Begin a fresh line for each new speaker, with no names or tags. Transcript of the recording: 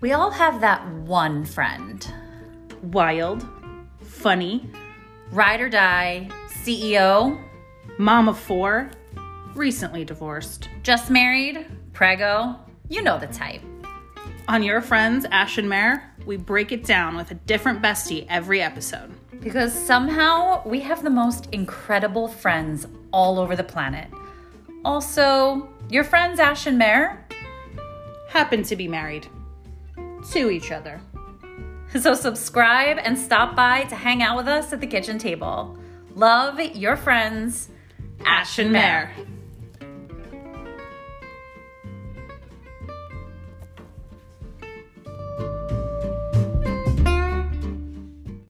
We all have that one friend.
Wild, funny,
Ride or die, E CEO,
mom of four, recently divorced.
just married, prego. You know the type.
On Your Friends, Ash and Mare, we break it down with a different bestie every episode.
Because somehow we have the most incredible friends all over the planet. Also, your friends Ash and Mare?
Happen to be married to each other.
So subscribe and stop by to hang out with us at the kitchen table. Love your friends, Ash and Mare.